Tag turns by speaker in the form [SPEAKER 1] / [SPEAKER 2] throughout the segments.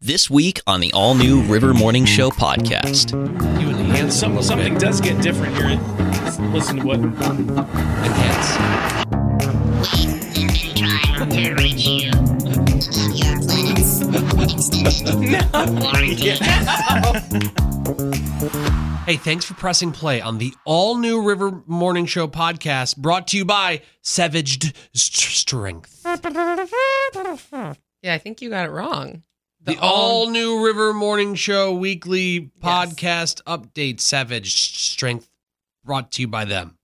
[SPEAKER 1] This week on the all new River Morning Show podcast.
[SPEAKER 2] you in the hands. Some, something does get different here. Let's Listen to what enhance.
[SPEAKER 3] trying to reach you. Your planets extended. Warranty.
[SPEAKER 2] Hey, thanks for pressing play on the all new River Morning Show podcast brought to you by Savaged St- Strength.
[SPEAKER 4] Yeah, I think you got it wrong.
[SPEAKER 2] The all new River Morning Show weekly podcast update, Savage Strength, brought to you by them.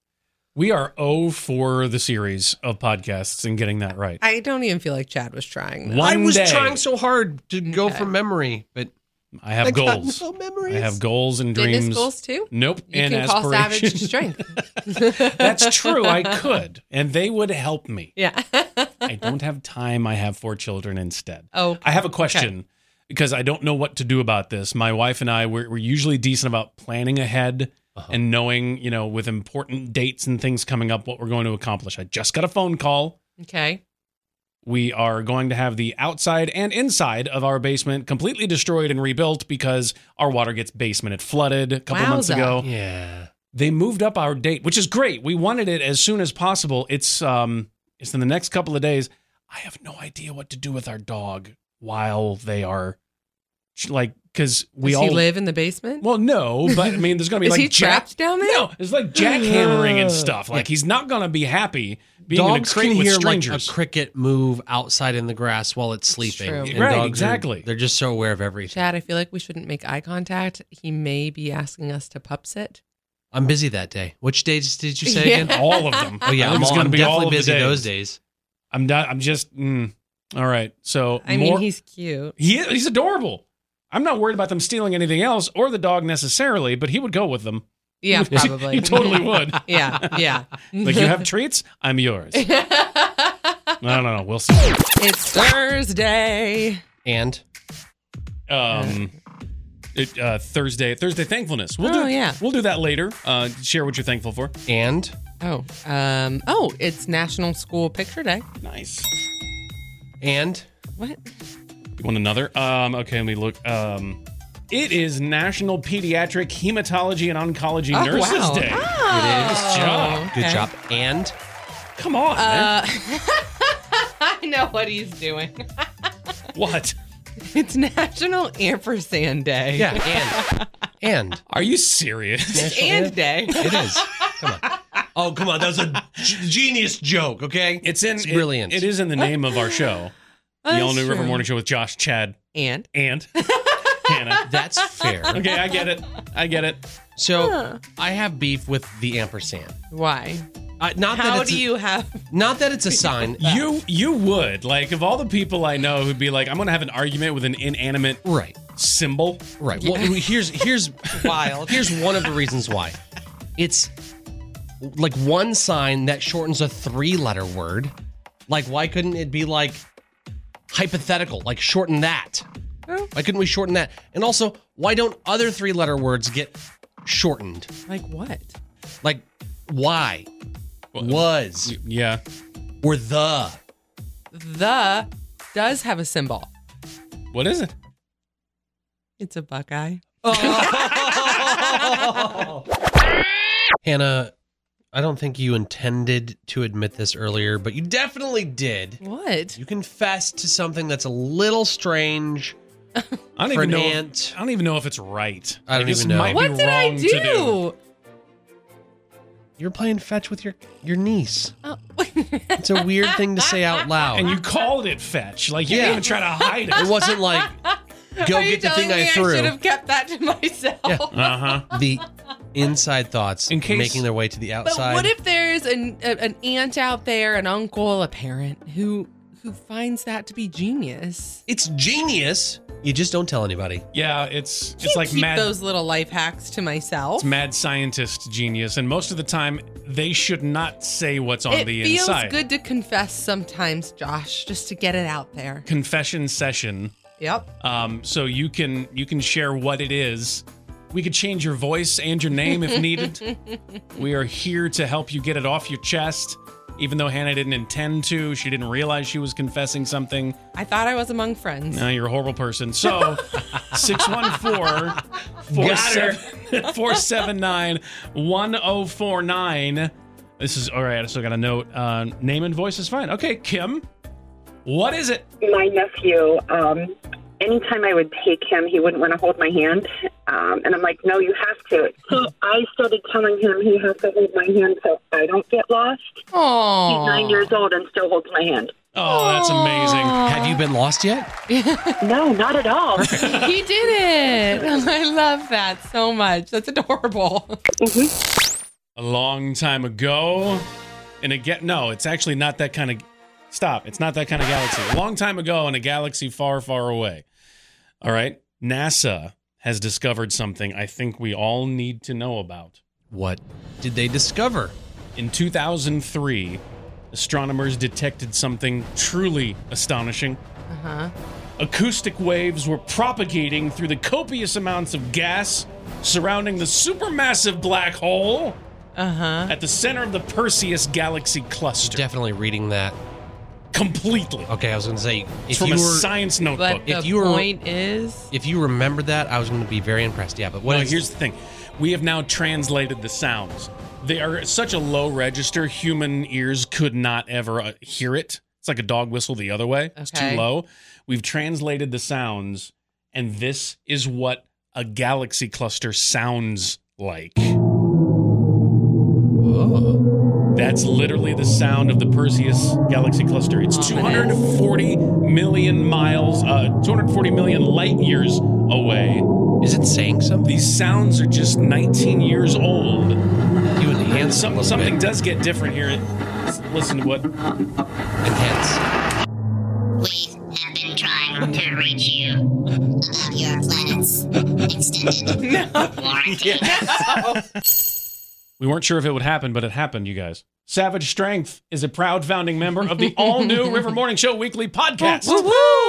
[SPEAKER 5] We are 0 for the series of podcasts and getting that right.
[SPEAKER 4] I don't even feel like Chad was trying. That.
[SPEAKER 5] One
[SPEAKER 2] I was
[SPEAKER 5] day,
[SPEAKER 2] trying so hard to go
[SPEAKER 4] Okay.
[SPEAKER 2] from memory, but
[SPEAKER 5] I have
[SPEAKER 2] I got
[SPEAKER 5] goals.
[SPEAKER 2] no
[SPEAKER 5] I
[SPEAKER 2] memories.
[SPEAKER 5] have goals and
[SPEAKER 4] Fitness
[SPEAKER 5] dreams.
[SPEAKER 4] goals too.
[SPEAKER 5] Nope.
[SPEAKER 4] You
[SPEAKER 5] and
[SPEAKER 4] can call Savage
[SPEAKER 5] aspirations.
[SPEAKER 4] strength.
[SPEAKER 5] That's true. I could, and they would help me.
[SPEAKER 4] Yeah.
[SPEAKER 5] I don't have time. I have four children instead.
[SPEAKER 4] oh,
[SPEAKER 5] I have a question because I don't know what to do about this. My wife and I we're, we're usually decent about planning ahead and knowing, you know, with important dates and things coming up, what we're going to accomplish. I just got a phone call
[SPEAKER 4] okay.
[SPEAKER 5] we are going to have the outside and inside of our basement completely destroyed and rebuilt because our water gets basement. It flooded a couple months
[SPEAKER 4] Wowza.
[SPEAKER 5] ago.
[SPEAKER 2] Yeah.
[SPEAKER 5] They moved up our date, which is great. We wanted it as soon as possible. It's um it's in the next couple of days. I have no idea what to do with our dog while they are like cuz we
[SPEAKER 4] Does
[SPEAKER 5] all
[SPEAKER 4] he live in the basement?
[SPEAKER 5] Well, no, but I mean there's going to be
[SPEAKER 4] Is
[SPEAKER 5] like
[SPEAKER 4] he
[SPEAKER 5] jack-
[SPEAKER 4] trapped down there?
[SPEAKER 5] No, it's like jackhammering and stuff. Like he's not going to be happy being in a
[SPEAKER 2] dogs
[SPEAKER 5] crate
[SPEAKER 2] can
[SPEAKER 5] with
[SPEAKER 2] hear
[SPEAKER 5] strangers.
[SPEAKER 2] like a cricket move outside in the grass while it's sleeping.
[SPEAKER 4] true.
[SPEAKER 2] And
[SPEAKER 5] Right,
[SPEAKER 2] dogs are-
[SPEAKER 5] exactly.
[SPEAKER 2] they're just so aware of everything.
[SPEAKER 4] Chad, I feel like we shouldn't make eye contact. He may be asking us to pup sit.
[SPEAKER 2] I'm busy that day. Which days did you say
[SPEAKER 4] Yeah.
[SPEAKER 2] again?
[SPEAKER 5] all of them.
[SPEAKER 2] Oh yeah, I'm,
[SPEAKER 5] It's
[SPEAKER 2] all,
[SPEAKER 5] gonna
[SPEAKER 2] I'm
[SPEAKER 5] be all
[SPEAKER 2] definitely
[SPEAKER 5] of the
[SPEAKER 2] busy
[SPEAKER 5] days.
[SPEAKER 2] those days.
[SPEAKER 5] I'm not. I'm just. Mm, all right. So
[SPEAKER 4] I
[SPEAKER 5] more-
[SPEAKER 4] mean, he's cute.
[SPEAKER 5] he is- he's adorable. I'm not worried about them stealing anything else or the dog necessarily, but he would go with them.
[SPEAKER 4] Yeah,
[SPEAKER 5] He-
[SPEAKER 4] probably.
[SPEAKER 5] he totally would.
[SPEAKER 4] Yeah, yeah.
[SPEAKER 5] Like you have treats, I'm yours. I don't know. We'll see.
[SPEAKER 4] it's Thursday.
[SPEAKER 2] And
[SPEAKER 5] Um, it, uh, Thursday, Thursday thankfulness. We'll
[SPEAKER 4] Oh,
[SPEAKER 5] do.
[SPEAKER 4] yeah.
[SPEAKER 5] We'll do that later. Uh, share what you're thankful for.
[SPEAKER 2] and
[SPEAKER 4] Oh, um, oh, it's National School Picture Day.
[SPEAKER 5] Nice.
[SPEAKER 2] and
[SPEAKER 4] What?
[SPEAKER 5] You want another? Um, okay, let me look. Um, it is National Pediatric Hematology and Oncology
[SPEAKER 4] Oh,
[SPEAKER 5] Nurses
[SPEAKER 4] wow. Oh,
[SPEAKER 5] Day.
[SPEAKER 2] it is.
[SPEAKER 5] job.
[SPEAKER 2] Good
[SPEAKER 4] okay.
[SPEAKER 2] job. And
[SPEAKER 5] Come on, man.
[SPEAKER 4] Uh, I know what he's doing.
[SPEAKER 5] What?
[SPEAKER 4] It's National Ampersand Day.
[SPEAKER 2] yeah, and and
[SPEAKER 5] Are you serious?
[SPEAKER 4] It's and day.
[SPEAKER 2] it is. Come on. Oh come on, that was a g- genius joke. Okay,
[SPEAKER 5] It's in
[SPEAKER 2] It's
[SPEAKER 5] it-
[SPEAKER 2] brilliant.
[SPEAKER 5] it is in the name of our show, the All New River Morning Show with Josh, Chad,
[SPEAKER 4] And
[SPEAKER 5] and Hannah.
[SPEAKER 2] that's fair.
[SPEAKER 5] Okay, I get it. I get it.
[SPEAKER 2] So I have beef with the ampersand.
[SPEAKER 4] why?
[SPEAKER 2] Uh, not that
[SPEAKER 4] How
[SPEAKER 2] it's
[SPEAKER 4] do you have?
[SPEAKER 2] a, not that it's a sign.
[SPEAKER 5] You you would like of all the people I know who'd be like, I'm gonna have an argument with an inanimate
[SPEAKER 2] right.
[SPEAKER 5] symbol.
[SPEAKER 2] Right. Well, here's here's
[SPEAKER 4] Wild.
[SPEAKER 2] Here's one of the reasons why. It's like one sign that shortens a three-letter word. Like, why couldn't it be like hypothetical? Like, shorten that. Why couldn't we shorten that? And also, why don't other three-letter words get shortened?
[SPEAKER 4] Like what?
[SPEAKER 2] Like, why was
[SPEAKER 5] Yeah.
[SPEAKER 2] or the?
[SPEAKER 4] The does have a symbol.
[SPEAKER 5] What is it?
[SPEAKER 4] It's a buckeye.
[SPEAKER 2] Hannah, I don't think you intended to admit this earlier, but you definitely did.
[SPEAKER 4] What?
[SPEAKER 2] You confessed to something that's a little strange.
[SPEAKER 5] I don't
[SPEAKER 2] For
[SPEAKER 5] even
[SPEAKER 2] an
[SPEAKER 5] know.
[SPEAKER 2] ant.
[SPEAKER 5] If, I don't even know if it's right.
[SPEAKER 2] I don't
[SPEAKER 5] Like, this
[SPEAKER 2] even know.
[SPEAKER 5] might be
[SPEAKER 4] What did I
[SPEAKER 5] wrong
[SPEAKER 4] do?
[SPEAKER 5] to
[SPEAKER 2] You're playing fetch with your your niece.
[SPEAKER 4] Oh.
[SPEAKER 2] It's a weird thing to say out loud.
[SPEAKER 5] And you called it fetch. Like you
[SPEAKER 2] Yeah.
[SPEAKER 5] didn't even try to hide
[SPEAKER 2] it
[SPEAKER 5] it.
[SPEAKER 2] wasn't like go
[SPEAKER 4] Are you
[SPEAKER 2] get the thing
[SPEAKER 4] telling
[SPEAKER 2] I
[SPEAKER 4] me I
[SPEAKER 2] threw.
[SPEAKER 4] should have kept that to myself.
[SPEAKER 2] Yeah.
[SPEAKER 5] Uh huh.
[SPEAKER 2] the inside thoughts
[SPEAKER 5] In case-
[SPEAKER 2] making their way to the
[SPEAKER 4] But
[SPEAKER 2] outside.
[SPEAKER 4] what if there's an a, an aunt out there, an uncle, a parent who who finds that to be genius?
[SPEAKER 2] it's genius. You just don't tell anybody.
[SPEAKER 5] Yeah. It's
[SPEAKER 4] Can't
[SPEAKER 5] it's like
[SPEAKER 4] keep
[SPEAKER 5] mad
[SPEAKER 4] those little life hacks to myself.
[SPEAKER 5] It's mad scientist genius, and most of the time they should not say what's on
[SPEAKER 4] It
[SPEAKER 5] the
[SPEAKER 4] feels
[SPEAKER 5] inside.
[SPEAKER 4] good to confess sometimes, Josh, just to get it out there.
[SPEAKER 5] Confession session,
[SPEAKER 4] Yep.
[SPEAKER 5] um, so you can you can share what it is. We could change your voice and your name if needed. we are here to help you get it off your chest. even though Hannah didn't intend to, she didn't realize she was confessing something.
[SPEAKER 4] I thought I was among friends.
[SPEAKER 5] Now you're a horrible person. So 614 479 1049. This is all right. I still got a note. Uh, name and voice is fine. Okay, Kim, what is it?
[SPEAKER 6] my nephew, um, anytime I would take him, he wouldn't want to hold my hand. Um, and I'm like, no, you have to. So I started telling him he has to hold my hand so I don't get lost. He's
[SPEAKER 4] Aww.
[SPEAKER 6] nine years old and still holds my hand.
[SPEAKER 5] Oh, that's amazing.
[SPEAKER 2] Have you been lost yet?
[SPEAKER 6] No, not at all.
[SPEAKER 4] He did it. I love that so much. That's adorable.
[SPEAKER 5] A long time ago, in a get no, it's actually not that kind of. Stop. It's not that kind of galaxy. A long time ago, in a galaxy far, far away. All right, NASA has discovered something I think we all need to know about.
[SPEAKER 2] What did they discover?
[SPEAKER 5] In 2003, astronomers detected something truly astonishing. Acoustic waves were propagating through the copious amounts of gas surrounding the supermassive black hole
[SPEAKER 4] Uh huh.
[SPEAKER 5] at the center of the Perseus galaxy cluster.
[SPEAKER 2] Definitely reading that.
[SPEAKER 5] Completely.
[SPEAKER 2] Okay, I was gonna say
[SPEAKER 5] It's
[SPEAKER 2] if
[SPEAKER 5] from
[SPEAKER 2] you
[SPEAKER 5] a
[SPEAKER 2] were,
[SPEAKER 5] science
[SPEAKER 4] But
[SPEAKER 5] notebook.
[SPEAKER 2] If
[SPEAKER 4] the
[SPEAKER 2] you were-
[SPEAKER 4] point is,
[SPEAKER 2] if you remembered that, I was gonna be very impressed. Yeah, but what
[SPEAKER 5] No,
[SPEAKER 2] is-
[SPEAKER 5] here's the thing. We have now translated the sounds. They are at such a low register, human ears could not ever uh, hear it. It's like a dog whistle the other way. It's too
[SPEAKER 4] Okay.
[SPEAKER 5] low. We've translated the sounds, and this is what a galaxy cluster sounds like. That's literally the sound of the Perseus galaxy cluster. It's 240 million miles, uh, 240 million light years away.
[SPEAKER 2] is it saying something?
[SPEAKER 5] These sounds are just 19 years old.
[SPEAKER 2] You enhance a
[SPEAKER 5] Some,
[SPEAKER 2] little
[SPEAKER 5] something
[SPEAKER 2] bit.
[SPEAKER 5] does get different here. Let's Listen to what.
[SPEAKER 2] enhance.
[SPEAKER 3] We have been trying to reach you. All of your planets extended warranty.
[SPEAKER 5] We weren't sure if it would happen, but it happened, you guys. Savage Strength is a proud founding member of the all new River Morning Show weekly podcast.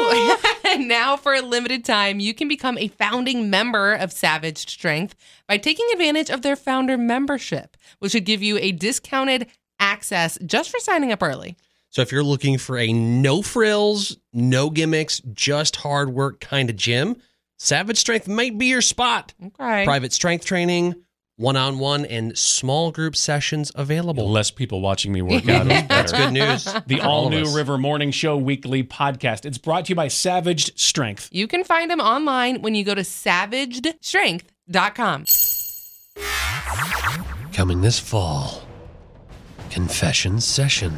[SPEAKER 4] and now for a limited time, you can become a founding member of Savage Strength by taking advantage of their founder membership, which would give you a discounted access just for signing up early.
[SPEAKER 2] So if you're looking for a no frills, no gimmicks, just hard work kind of gym, Savage Strength might be your spot.
[SPEAKER 4] Okay.
[SPEAKER 2] Private strength training, one-on-one, and small group sessions available.
[SPEAKER 5] Less people watching me work out. is
[SPEAKER 2] That's
[SPEAKER 5] better.
[SPEAKER 2] good news.
[SPEAKER 5] The
[SPEAKER 2] for all
[SPEAKER 5] all
[SPEAKER 2] of
[SPEAKER 5] new
[SPEAKER 2] us.
[SPEAKER 5] River Morning Show weekly podcast. It's brought to you by Savage Strength.
[SPEAKER 4] You can find them online when you go to savagedstrength.com.
[SPEAKER 2] Coming this fall, confession session.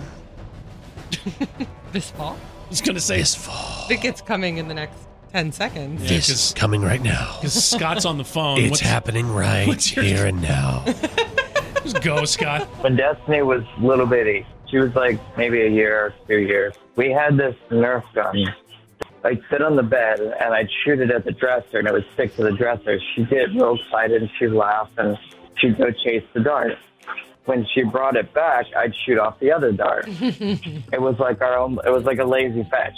[SPEAKER 4] This fall?
[SPEAKER 5] I was going to say
[SPEAKER 2] This fall.
[SPEAKER 4] I think it's coming in the next 10 seconds.
[SPEAKER 5] Yeah,
[SPEAKER 2] This
[SPEAKER 5] 'cause-
[SPEAKER 2] is coming right now.
[SPEAKER 5] because Scott's on the phone.
[SPEAKER 2] It's
[SPEAKER 5] What's-
[SPEAKER 2] happening right
[SPEAKER 5] what's your-
[SPEAKER 2] here and now.
[SPEAKER 5] Just go, Scott.
[SPEAKER 7] when Destiny was little bitty, she was like maybe a year, two years. We had this Nerf gun. I'd sit on the bed and I'd shoot it at the dresser, and it would stick to the dresser. She get real excited and she'd laugh and she'd go chase the dart. When she brought it back, I'd shoot off the other dart. it was like our own. It was like a lazy fetch.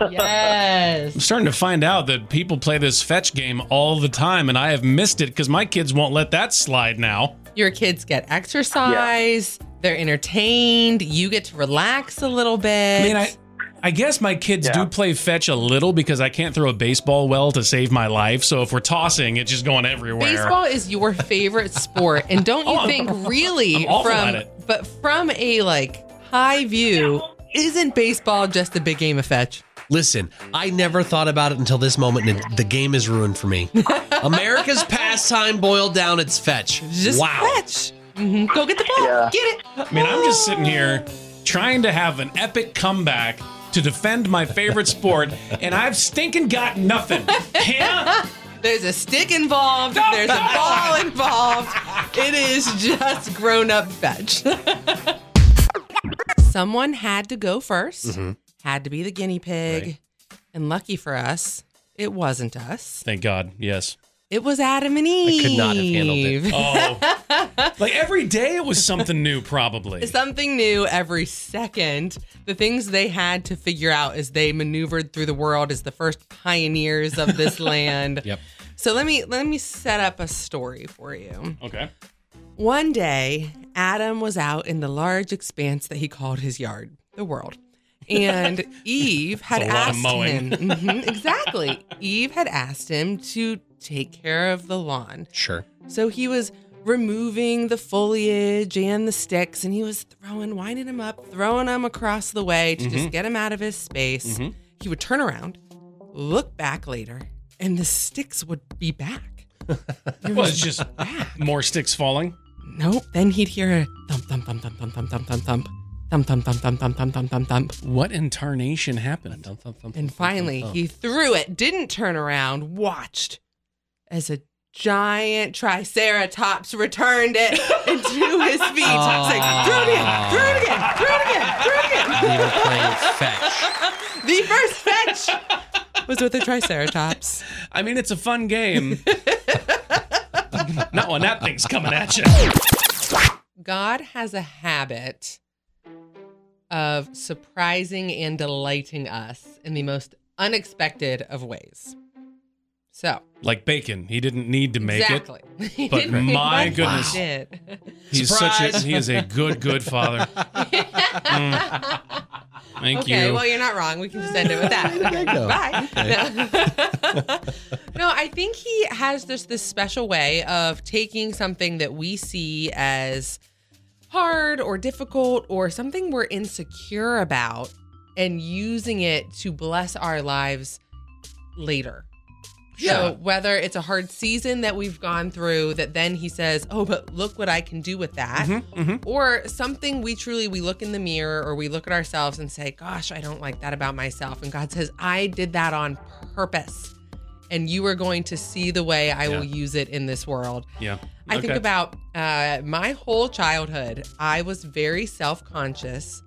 [SPEAKER 4] Yes.
[SPEAKER 5] I'm starting to find out that people play this fetch game all the time, and I have missed it because my kids won't let that slide now.
[SPEAKER 4] Your kids get exercise, they're entertained, you get to relax a little bit.
[SPEAKER 5] I mean, I, I guess my kids
[SPEAKER 7] Yeah.
[SPEAKER 5] do play fetch a little because I can't throw a baseball well to save my life. So if we're tossing, it's just going everywhere.
[SPEAKER 4] Baseball is your favorite sport, and don't you think
[SPEAKER 5] Oh, I'm
[SPEAKER 4] really
[SPEAKER 5] awful
[SPEAKER 4] from
[SPEAKER 5] at it.
[SPEAKER 4] but from a like high view, isn't baseball just a big game of fetch?
[SPEAKER 2] Listen, I never thought about it until this moment, and the game is ruined for me. America's pastime boiled down its fetch.
[SPEAKER 4] Just
[SPEAKER 2] wow.
[SPEAKER 4] fetch. hmm Go get the ball.
[SPEAKER 7] Yeah.
[SPEAKER 4] Get it.
[SPEAKER 5] I mean, I'm just sitting here trying to have an epic comeback to defend my favorite sport, and I've stinking got nothing. Hannah,
[SPEAKER 4] There's a stick involved. There's a ball involved. It is just grown up fetch. Someone had to go 1st
[SPEAKER 5] Mm-hmm.
[SPEAKER 4] had to be the guinea pig. And lucky for us, it wasn't us.
[SPEAKER 5] thank God, yes.
[SPEAKER 4] It was Adam and Eve.
[SPEAKER 2] could not have handled it.
[SPEAKER 5] Oh, like every day it was something new, probably.
[SPEAKER 4] Something new every second. The things they had to figure out as they maneuvered through the world as the first pioneers of this land.
[SPEAKER 2] Yep.
[SPEAKER 4] So let me let me set up a story for you.
[SPEAKER 5] Okay.
[SPEAKER 4] One day, Adam was out in the large expanse that he called his yard, the world. And Eve had
[SPEAKER 5] It's a lot of
[SPEAKER 4] asked
[SPEAKER 5] mowing.
[SPEAKER 4] him. Mhm, exactly. Eve had asked him to take care of the lawn.
[SPEAKER 2] Sure.
[SPEAKER 4] So he was removing the foliage and the sticks, and he was throwing, winding them up, throwing them across the way to just get him out of his space.
[SPEAKER 5] Mhm.
[SPEAKER 4] He would turn around, look back later, and the sticks would be back. It
[SPEAKER 5] Well,
[SPEAKER 4] was
[SPEAKER 5] it's just
[SPEAKER 4] back.
[SPEAKER 5] more sticks falling.
[SPEAKER 4] Nope. Then he'd hear a thump, thump, thump, thump, thump, thump, thump, thump, thump, thump, thump, thump, thump, thump, thump, thump, thump, thump.
[SPEAKER 5] What incarnation happened?
[SPEAKER 4] And finally, he threw it, didn't turn around, watched as a giant triceratops returned it into his feet. It's like, threw it in, threw it again, threw it again, threw it again.
[SPEAKER 2] We were playing fetch.
[SPEAKER 4] The first fetch was with a triceratops.
[SPEAKER 5] I mean, it's a fun game. Not when that thing's coming at you.
[SPEAKER 4] God has a habit of surprising and delighting us in the most unexpected of ways. So,
[SPEAKER 5] Like bacon, he didn't need to make it.
[SPEAKER 4] exactly. He
[SPEAKER 5] But
[SPEAKER 4] didn't-
[SPEAKER 5] my
[SPEAKER 4] he
[SPEAKER 5] goodness.
[SPEAKER 4] did.
[SPEAKER 5] He's such
[SPEAKER 2] Surprise!
[SPEAKER 5] a he is a good good father. Mm. Thank
[SPEAKER 4] okay,
[SPEAKER 5] you.
[SPEAKER 4] well, you're not wrong. We can just end it with that. Bye. No. No, I think he has just this special way of taking something that we see as hard or difficult or something we're insecure about and using it to bless our lives later. So whether it's a hard season that we've gone through that then he says, "Oh, but look what I can do with that."
[SPEAKER 5] Mm-hmm.
[SPEAKER 4] or something we truly we look in the mirror or we look at ourselves and say gosh i don't like that about myself and god says i did that on purpose and you are going to see the way i will
[SPEAKER 5] Yeah.
[SPEAKER 4] use it in this world
[SPEAKER 5] yeah.
[SPEAKER 4] i think
[SPEAKER 5] Okay.
[SPEAKER 4] about uh, my whole childhood i was very self-conscious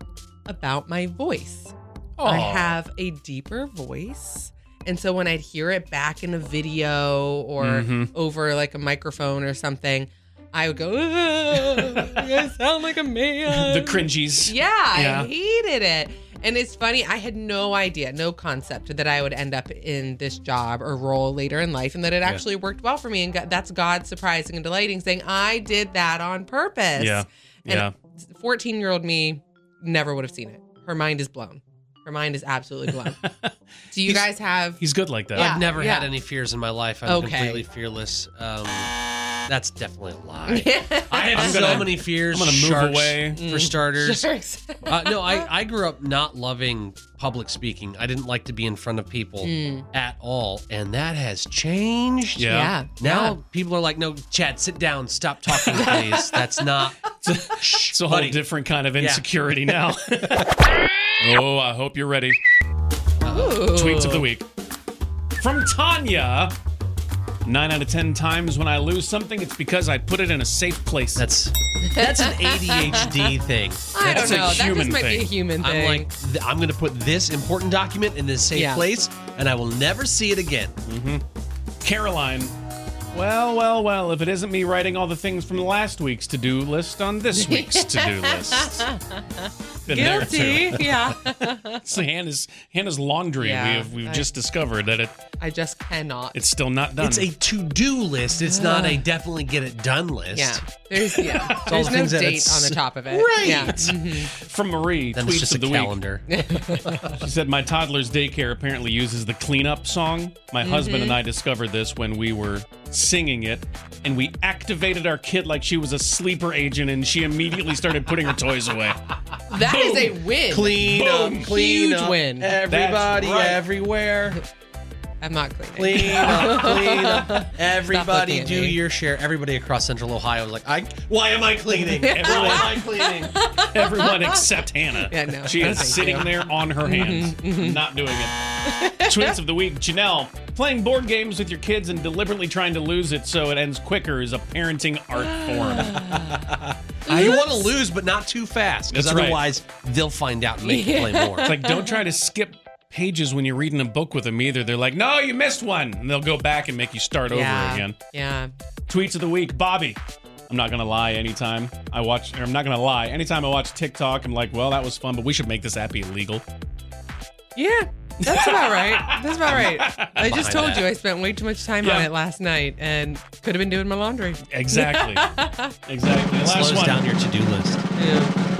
[SPEAKER 4] about my voice i
[SPEAKER 5] Aw.
[SPEAKER 4] have a deeper voice and so when i'd hear it back in a video or
[SPEAKER 5] Mhm.
[SPEAKER 4] over like a microphone or something I would go, "Ugh, I sound like a man.
[SPEAKER 5] the cringies.
[SPEAKER 4] Yeah,
[SPEAKER 5] Yeah.
[SPEAKER 4] I hated it. And it's funny, I had no idea, no concept that I would end up in this job or role later in life and that it actually worked well for me. And God, that's God surprising and delighting, saying, I did that on purpose.
[SPEAKER 5] Yeah. Yeah.
[SPEAKER 4] And 14 year old me never would have seen it. Her mind is blown. Her mind is absolutely blown. Do you
[SPEAKER 5] He's-
[SPEAKER 4] guys have.
[SPEAKER 5] He's good like that.
[SPEAKER 4] Yeah.
[SPEAKER 2] I've never had
[SPEAKER 4] yeah.
[SPEAKER 2] any fears in my life. I'm
[SPEAKER 4] Okay.
[SPEAKER 2] completely fearless. Um, that's definitely a lie. I have
[SPEAKER 5] I'm
[SPEAKER 2] so
[SPEAKER 5] gonna-
[SPEAKER 2] many fears.
[SPEAKER 5] I'm gonna move
[SPEAKER 2] sharks,
[SPEAKER 5] away.
[SPEAKER 2] for
[SPEAKER 4] Mm.
[SPEAKER 2] starters.
[SPEAKER 4] Sharks.
[SPEAKER 2] Uh, no, I, I grew up not loving public speaking. I didn't like to be in front of people
[SPEAKER 4] Mm.
[SPEAKER 2] at all, and that has changed.
[SPEAKER 5] Yeah.
[SPEAKER 4] yeah.
[SPEAKER 2] Now people are like, "No, Chad, sit down. Stop talking, please. That's not."
[SPEAKER 5] It's a whole
[SPEAKER 2] Buddy.
[SPEAKER 5] different kind of insecurity now. oh, I hope you're ready. Tweets of the week. From Tanya. Nine out of ten times when I lose something, it's because I put it in a safe place.
[SPEAKER 2] That's that's an ADHD thing.
[SPEAKER 4] I
[SPEAKER 5] That's
[SPEAKER 4] don't
[SPEAKER 5] a
[SPEAKER 4] know. That
[SPEAKER 5] human
[SPEAKER 4] just might be
[SPEAKER 5] thing.
[SPEAKER 4] a human thing.
[SPEAKER 2] I'm like, th- I'm gonna put this important document in this safe
[SPEAKER 4] Yeah.
[SPEAKER 2] place, and I will never see it again.
[SPEAKER 5] Caroline. Well, well, well, if it isn't me writing all the things from last week's to do list on this week's to do list. Been there, too.
[SPEAKER 4] Guilty. Yeah.
[SPEAKER 5] It's Hannah's, Hannah's laundry.
[SPEAKER 4] Yeah,
[SPEAKER 5] we have, we've
[SPEAKER 4] I-
[SPEAKER 5] just discovered that it,
[SPEAKER 4] I just cannot.
[SPEAKER 5] it's still not done.
[SPEAKER 2] It's a to-do list. It's not a definitely get it done list.
[SPEAKER 4] yeah. There's yeah. There's
[SPEAKER 2] the
[SPEAKER 4] no
[SPEAKER 2] things that
[SPEAKER 4] date
[SPEAKER 2] it's-
[SPEAKER 4] on the top of it.
[SPEAKER 2] Right.
[SPEAKER 4] Yeah.
[SPEAKER 5] From Marie,
[SPEAKER 2] Then
[SPEAKER 5] tweets
[SPEAKER 2] it's just a
[SPEAKER 5] of the week.
[SPEAKER 2] calendar.
[SPEAKER 5] She said, My toddler's daycare apparently uses the cleanup song. My husband
[SPEAKER 4] Mm-hmm.
[SPEAKER 5] and I discovered this when we were singing it, and we activated our kid like she was a sleeper agent, and she immediately started putting her toys away.
[SPEAKER 4] That is a
[SPEAKER 5] Boom.
[SPEAKER 4] win.
[SPEAKER 2] Clean
[SPEAKER 5] Boom.
[SPEAKER 2] up, clean
[SPEAKER 4] Huge
[SPEAKER 2] up,
[SPEAKER 4] win.
[SPEAKER 2] Everybody,
[SPEAKER 5] That's right.
[SPEAKER 2] everywhere.
[SPEAKER 4] I'm not cleaning.
[SPEAKER 2] Clean up, clean up. Everybody,
[SPEAKER 4] looking at
[SPEAKER 2] do
[SPEAKER 4] me.
[SPEAKER 2] your share. Everybody across Central Ohio is like, I. Why am I cleaning? Why am I cleaning?
[SPEAKER 5] Everyone except Hannah.
[SPEAKER 4] Yeah, no,
[SPEAKER 5] She
[SPEAKER 4] no,
[SPEAKER 5] is
[SPEAKER 4] thank
[SPEAKER 5] sitting
[SPEAKER 4] you. Mm-hmm,
[SPEAKER 5] there on her hands, not doing it. Tweets of the week Janelle, playing board games with your kids and deliberately trying to lose it so it ends quicker is a parenting art form.
[SPEAKER 2] You want to lose, but not too fast, because
[SPEAKER 5] That's right.
[SPEAKER 2] otherwise they'll find out and make you play more.
[SPEAKER 5] It's like, don't try to skip pages when you're reading a book with them either. They're like, no, you missed one. And they'll go back and make you start
[SPEAKER 4] yeah.
[SPEAKER 5] over again.
[SPEAKER 4] Yeah.
[SPEAKER 5] Tweets of the week Bobby. I'm not gonna lie. Anytime I watch, or I'm not gonna lie. Anytime I watch TikTok, I'm like, well, that was fun, but we should make this app illegal.
[SPEAKER 4] Yeah. That's about right. That's about right. I
[SPEAKER 2] Behind
[SPEAKER 4] just told
[SPEAKER 2] that.
[SPEAKER 4] you I spent way too much time on
[SPEAKER 5] Yeah.
[SPEAKER 4] it last night and could have been doing my laundry.
[SPEAKER 5] Exactly. exactly.
[SPEAKER 2] It
[SPEAKER 5] Last
[SPEAKER 2] slows
[SPEAKER 5] one.
[SPEAKER 2] down your to-do list.
[SPEAKER 4] Yeah.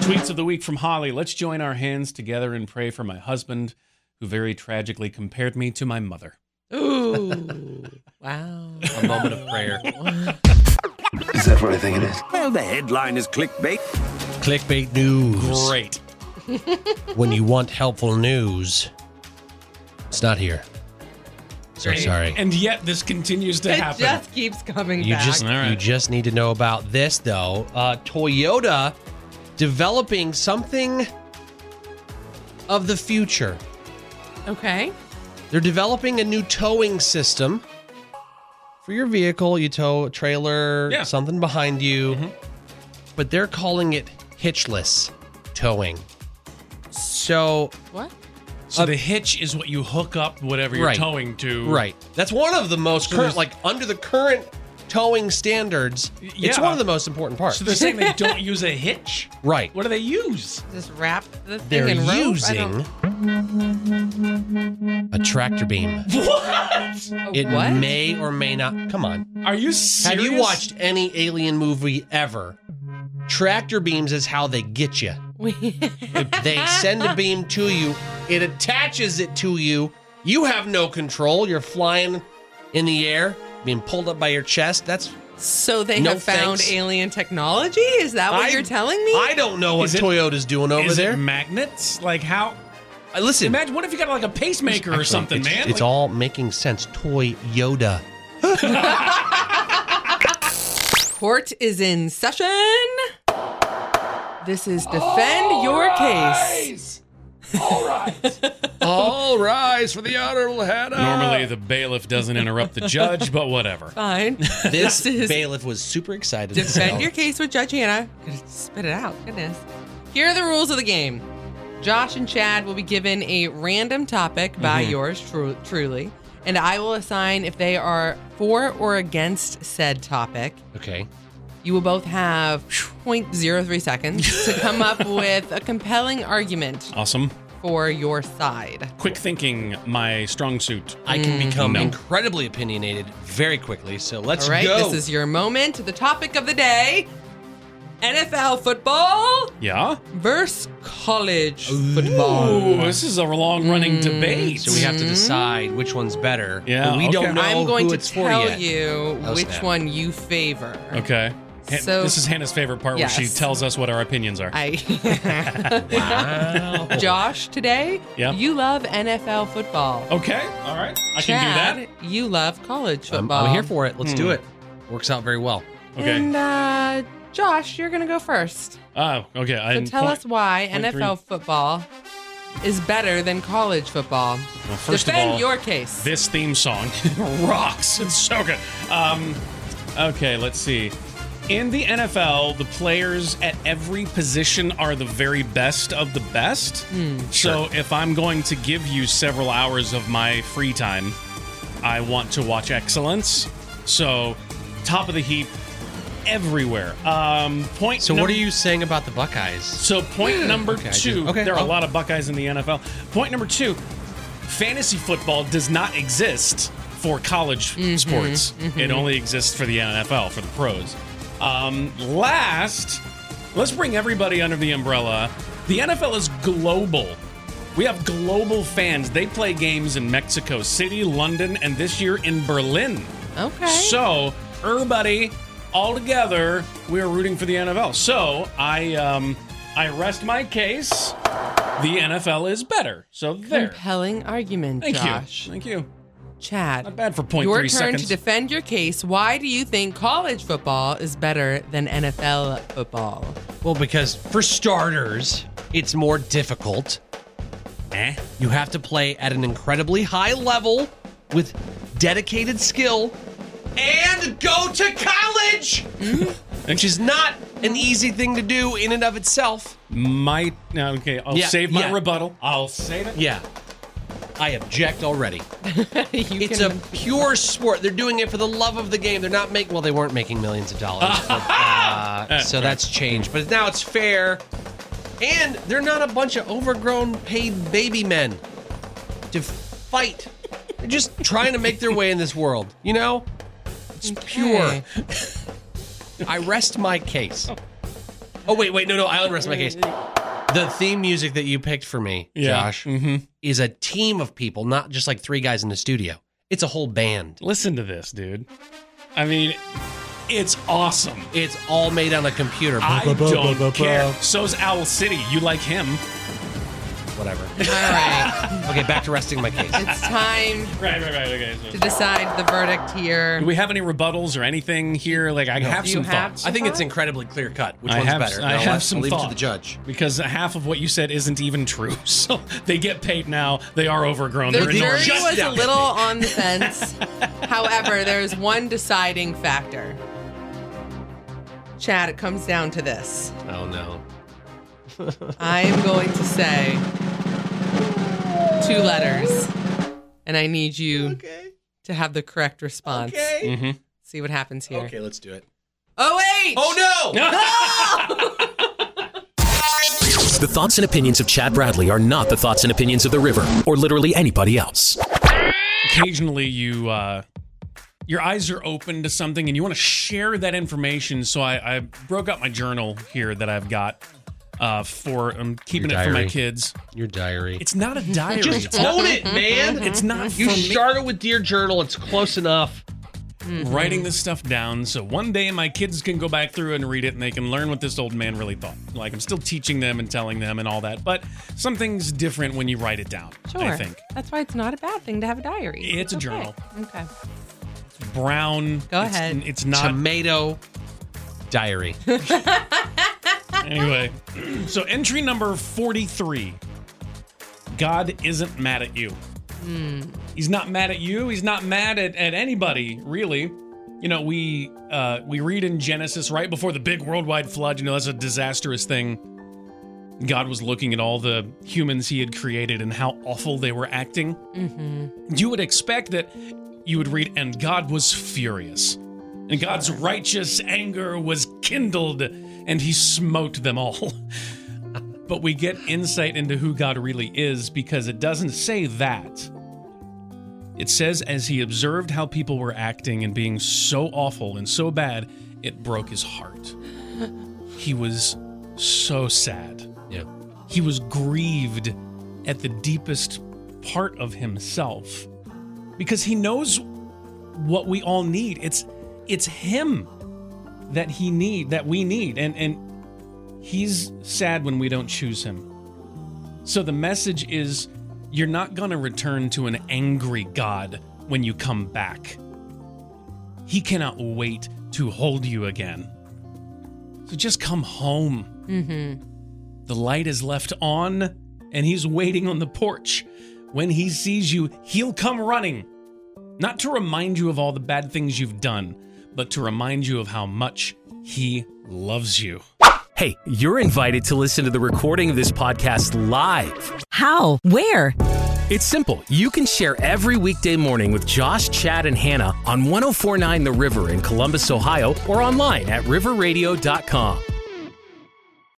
[SPEAKER 5] Tweets of the week from Holly. Let's join our hands together and pray for my husband, who very tragically compared me to my mother.
[SPEAKER 4] Ooh. Wow.
[SPEAKER 2] A moment of prayer.
[SPEAKER 8] Is that what I think it is?
[SPEAKER 9] Well, the headline is clickbait.
[SPEAKER 2] Clickbait news.
[SPEAKER 5] Great.
[SPEAKER 2] When you want helpful news, it's not here. So sorry.
[SPEAKER 5] And yet this continues to
[SPEAKER 4] It
[SPEAKER 5] happen.
[SPEAKER 4] just keeps coming
[SPEAKER 2] You
[SPEAKER 4] back.
[SPEAKER 2] just
[SPEAKER 5] All right.
[SPEAKER 2] you just need to know about this though. Uh, Toyota developing something of the future.
[SPEAKER 4] okay.
[SPEAKER 2] They're developing a new towing system for your vehicle. You tow a trailer,
[SPEAKER 5] Yeah. Mm-hmm.
[SPEAKER 2] something behind you, but they're calling it hitchless towing. So
[SPEAKER 4] What?
[SPEAKER 5] so the hitch is what you hook up whatever you're
[SPEAKER 2] Right.
[SPEAKER 5] towing to.
[SPEAKER 2] Right. That's one of the most
[SPEAKER 5] there's-
[SPEAKER 2] current, like under the current towing standards, it's
[SPEAKER 5] Yeah.
[SPEAKER 2] one of the most important parts.
[SPEAKER 5] So they're saying they don't use a hitch?
[SPEAKER 2] right.
[SPEAKER 5] What do they use?
[SPEAKER 4] Just wrap the thing
[SPEAKER 2] They're
[SPEAKER 4] in rope? I
[SPEAKER 2] using
[SPEAKER 4] don't-
[SPEAKER 2] a tractor beam.
[SPEAKER 5] What?
[SPEAKER 4] A
[SPEAKER 2] It
[SPEAKER 4] Oh, what?
[SPEAKER 2] may or may not. Come on.
[SPEAKER 5] Are you serious?
[SPEAKER 2] Have you watched any alien movie ever? Tractor beams is how they get you. they send a beam to you, it attaches it to you. You have no control. You're flying in the air, being pulled up by your chest. That's
[SPEAKER 4] Oh, so they
[SPEAKER 2] No
[SPEAKER 4] have found
[SPEAKER 2] thanks.
[SPEAKER 4] alien technology? Is that what
[SPEAKER 2] I-
[SPEAKER 4] you're telling me?
[SPEAKER 2] I don't know what
[SPEAKER 5] Is it-
[SPEAKER 2] Toyota's doing over
[SPEAKER 5] Is
[SPEAKER 2] there.
[SPEAKER 5] it magnets? Like how?
[SPEAKER 2] Uh, Listen,
[SPEAKER 5] Imagine what if you got like a pacemaker or
[SPEAKER 2] Actually,
[SPEAKER 5] something,
[SPEAKER 2] it's,
[SPEAKER 5] man?
[SPEAKER 2] It's
[SPEAKER 5] Like-
[SPEAKER 2] all making sense. Toy Yoda.
[SPEAKER 4] Court is in session. This is defend your case.
[SPEAKER 2] all rise for the honorable head.
[SPEAKER 5] Normally the bailiff doesn't interrupt the judge, but whatever.
[SPEAKER 4] Fine.
[SPEAKER 2] this
[SPEAKER 4] is-
[SPEAKER 2] bailiff was super excited. to
[SPEAKER 4] Defend
[SPEAKER 2] sell.
[SPEAKER 4] your case with Judge Hannah. Gonna Spit it out. Goodness. Here are the rules of the game. Josh and Chad will be given a random topic by
[SPEAKER 2] Mm-hmm.
[SPEAKER 4] yours tru- truly, and I will assign if they are for or against said topic.
[SPEAKER 2] Okay.
[SPEAKER 4] You will both have 0.03 seconds to come up with a compelling argument
[SPEAKER 5] Awesome.
[SPEAKER 4] for your side.
[SPEAKER 5] Quick thinking, my strong suit.
[SPEAKER 2] I can become
[SPEAKER 5] Mm. No.
[SPEAKER 2] incredibly opinionated very quickly, so let's
[SPEAKER 4] All right,
[SPEAKER 2] go.
[SPEAKER 4] this is your moment. The topic of the day NFL football
[SPEAKER 5] Yeah.
[SPEAKER 4] versus college
[SPEAKER 5] Ooh,
[SPEAKER 4] football.
[SPEAKER 5] this is a long running
[SPEAKER 4] Mm.
[SPEAKER 5] debate.
[SPEAKER 2] so we have to decide which one's better.
[SPEAKER 5] Yeah,
[SPEAKER 2] but we
[SPEAKER 5] okay.
[SPEAKER 2] don't know
[SPEAKER 4] I'm going
[SPEAKER 2] who
[SPEAKER 4] to
[SPEAKER 2] it's for
[SPEAKER 4] tell
[SPEAKER 2] yet.
[SPEAKER 4] you
[SPEAKER 2] Oh,
[SPEAKER 4] which
[SPEAKER 2] snap.
[SPEAKER 4] one you favor.
[SPEAKER 5] Okay. Han-
[SPEAKER 4] So-
[SPEAKER 5] this is Hannah's favorite part where she
[SPEAKER 4] Yes.
[SPEAKER 5] tells us what our opinions are.
[SPEAKER 4] I
[SPEAKER 2] Wow.
[SPEAKER 4] Josh today,
[SPEAKER 5] Yeah.
[SPEAKER 4] you love NFL football.
[SPEAKER 5] okay. All right. I can
[SPEAKER 4] Chad,
[SPEAKER 5] do
[SPEAKER 4] You love college
[SPEAKER 2] I'm,
[SPEAKER 4] football.
[SPEAKER 2] I'm here for it. Let's do
[SPEAKER 5] Hmm.
[SPEAKER 2] it. Works out very well.
[SPEAKER 5] that. Okay.
[SPEAKER 4] And uh, Josh, you're going to go first.
[SPEAKER 5] Oh, okay.
[SPEAKER 4] So
[SPEAKER 5] I
[SPEAKER 4] tell us why
[SPEAKER 5] point
[SPEAKER 4] NFL football is better than college football.
[SPEAKER 5] Well, first of
[SPEAKER 4] Defend
[SPEAKER 5] all,
[SPEAKER 4] your case.
[SPEAKER 5] this theme song rocks. It's so good. Um, okay, let's see. In the NFL, the players at every position are the very best of the best.
[SPEAKER 2] Hmm,
[SPEAKER 5] so if I'm going to give you several hours of my free time, I want to watch excellence. So top of the heap everywhere. Um, point.
[SPEAKER 2] So,
[SPEAKER 5] num-
[SPEAKER 2] what are you saying about the Buckeyes?
[SPEAKER 5] So point number
[SPEAKER 2] Okay, I do.
[SPEAKER 5] two.
[SPEAKER 2] Okay,
[SPEAKER 5] there are a
[SPEAKER 2] I'll-
[SPEAKER 5] lot of Buckeyes in the NFL. Point number two: fantasy football does not exist for college sports. It only exists for the NFL for the pros. Um, last, let's bring everybody under the umbrella. The NFL is global. We have global fans. They play games in Mexico City, London, and this year in Berlin.
[SPEAKER 4] okay.
[SPEAKER 5] So, everybody, all together, we are rooting for the NFL. So, I um, I rest my case. The NFL is better. So there.
[SPEAKER 4] Compelling argument,
[SPEAKER 5] Thank
[SPEAKER 4] Josh.
[SPEAKER 5] you. Thank you.
[SPEAKER 4] Chad.
[SPEAKER 5] Not bad for point
[SPEAKER 4] Your
[SPEAKER 5] three
[SPEAKER 4] turn
[SPEAKER 5] seconds.
[SPEAKER 4] to defend your case. Why do you think college football is better than NFL football?
[SPEAKER 2] Well, because for starters, it's more difficult.
[SPEAKER 5] Eh?
[SPEAKER 2] You have to play at an incredibly high level with dedicated skill and go to college, which is not an easy thing to do in and of itself.
[SPEAKER 5] My no, okay. I'll
[SPEAKER 2] Yeah,
[SPEAKER 5] save my
[SPEAKER 2] yeah.
[SPEAKER 5] rebuttal. I'll save it.
[SPEAKER 2] Yeah. I object already.
[SPEAKER 4] You
[SPEAKER 2] It's a
[SPEAKER 4] can-
[SPEAKER 2] pure sport. They're doing it for the love of the game. They're not making, well, they
[SPEAKER 4] Eh.
[SPEAKER 2] weren't making millions of dollars. but, uh, so that's changed. But now it's fair. And they're not a bunch of overgrown paid baby men to fight. They're just trying to make their way in this world, you know? It's pure.
[SPEAKER 4] Okay.
[SPEAKER 2] I rest my case. Oh, wait, wait, no, no, I'll rest my case. The theme music that you picked for me, Josh,
[SPEAKER 5] Mm-hmm.
[SPEAKER 2] is a team of people, not just like three guys in the studio. It's a whole band.
[SPEAKER 5] Listen to this, dude. I mean, it's awesome.
[SPEAKER 2] It's all made on a computer.
[SPEAKER 5] I don't care. So's Owl City. You like him.
[SPEAKER 2] Whatever.
[SPEAKER 4] All right.
[SPEAKER 2] Okay, back to resting my case.
[SPEAKER 4] It's time
[SPEAKER 5] Right, right, right. Okay.
[SPEAKER 4] to decide the verdict here.
[SPEAKER 5] Do we have any rebuttals or anything here? Like, I have
[SPEAKER 4] Do
[SPEAKER 5] some
[SPEAKER 4] you have
[SPEAKER 5] thoughts
[SPEAKER 2] I think it's incredibly clear cut. Which
[SPEAKER 5] I
[SPEAKER 2] one's
[SPEAKER 5] have-
[SPEAKER 2] better?
[SPEAKER 5] I
[SPEAKER 2] Now
[SPEAKER 5] have
[SPEAKER 2] I'll
[SPEAKER 5] some
[SPEAKER 2] leave it to
[SPEAKER 5] thought.
[SPEAKER 2] the judge.
[SPEAKER 5] because half of what you said isn't even true. So they get paid now. They are overgrown.
[SPEAKER 4] The
[SPEAKER 5] They're
[SPEAKER 4] jury
[SPEAKER 5] enormous.
[SPEAKER 2] Just
[SPEAKER 4] was a
[SPEAKER 2] down.
[SPEAKER 4] little on the fence. However, there's one deciding factor. Chad, it comes down to this.
[SPEAKER 2] Oh no.
[SPEAKER 4] I am going to say two letters, and I need you
[SPEAKER 2] Okay.
[SPEAKER 4] to have the correct response.
[SPEAKER 5] Mhm.
[SPEAKER 4] See what happens here.
[SPEAKER 2] Okay, let's do it.
[SPEAKER 4] Oh wait!
[SPEAKER 2] Oh no!
[SPEAKER 10] The thoughts and opinions of Chad Bradley are not the thoughts and opinions of the river or literally anybody else.
[SPEAKER 5] occasionally you uh your eyes are open to something and you want to share that information so i i broke out my journal here that i've got uh for i'm keeping
[SPEAKER 2] Your
[SPEAKER 5] it for my
[SPEAKER 2] diary.
[SPEAKER 5] kids
[SPEAKER 2] Your diary.
[SPEAKER 5] it's not a diary
[SPEAKER 2] Just
[SPEAKER 5] it's,
[SPEAKER 2] own it, man.
[SPEAKER 5] it's not
[SPEAKER 2] you
[SPEAKER 5] for me.
[SPEAKER 2] started with Dear Journal. It's close enough.
[SPEAKER 5] writing this stuff down so one day my kids can go back through and read it and they can learn what this old man really thought like i'm still teaching them and telling them and all that but something's different when you write it down
[SPEAKER 4] Sure.
[SPEAKER 5] i think
[SPEAKER 4] That's why it's not a bad thing to have a diary.
[SPEAKER 5] It's a
[SPEAKER 4] okay.
[SPEAKER 5] journal.
[SPEAKER 4] Okay.
[SPEAKER 5] brown
[SPEAKER 4] Go
[SPEAKER 5] it's-
[SPEAKER 4] ahead.
[SPEAKER 5] it's not
[SPEAKER 2] Tomato diary.
[SPEAKER 5] Anyway, so entry number 43 God isn't mad at you.
[SPEAKER 4] Hmm.
[SPEAKER 5] He's not mad at you. He's not mad at, at anybody, really. You know, we uh, we read in Genesis right before the big worldwide flood, you know, that's a disastrous thing. God was looking at all the humans he had created and how awful they were acting.
[SPEAKER 4] Mm-hmm.
[SPEAKER 5] You would expect that you would read, and God was furious. And God's righteous anger was kindled, and he smote them all. but we get insight into who God really is because it doesn't say that. It says, as he observed how people were acting and being so awful and so bad, it broke his heart. He was so sad.
[SPEAKER 2] yeah.
[SPEAKER 5] He was grieved at the deepest part of himself because he knows what we all need. It's it's him that he need that we need and and he's sad when we don't choose him. So the message is you're not going to return to an angry God when you come back. He cannot wait to hold you again. So just come home. The light is left on, and he's waiting on the porch. When he sees you, he'll come running. Not to remind you of all the bad things you've done, but to remind you of how much he loves you.
[SPEAKER 10] Hey, you're invited to listen to the recording of this podcast live.
[SPEAKER 11] How? Where?
[SPEAKER 10] It's simple. You can share every weekday morning with Josh, Chad, and oh Hannah on 1049 The River in Columbus, Ohio, or online at riverradio.com.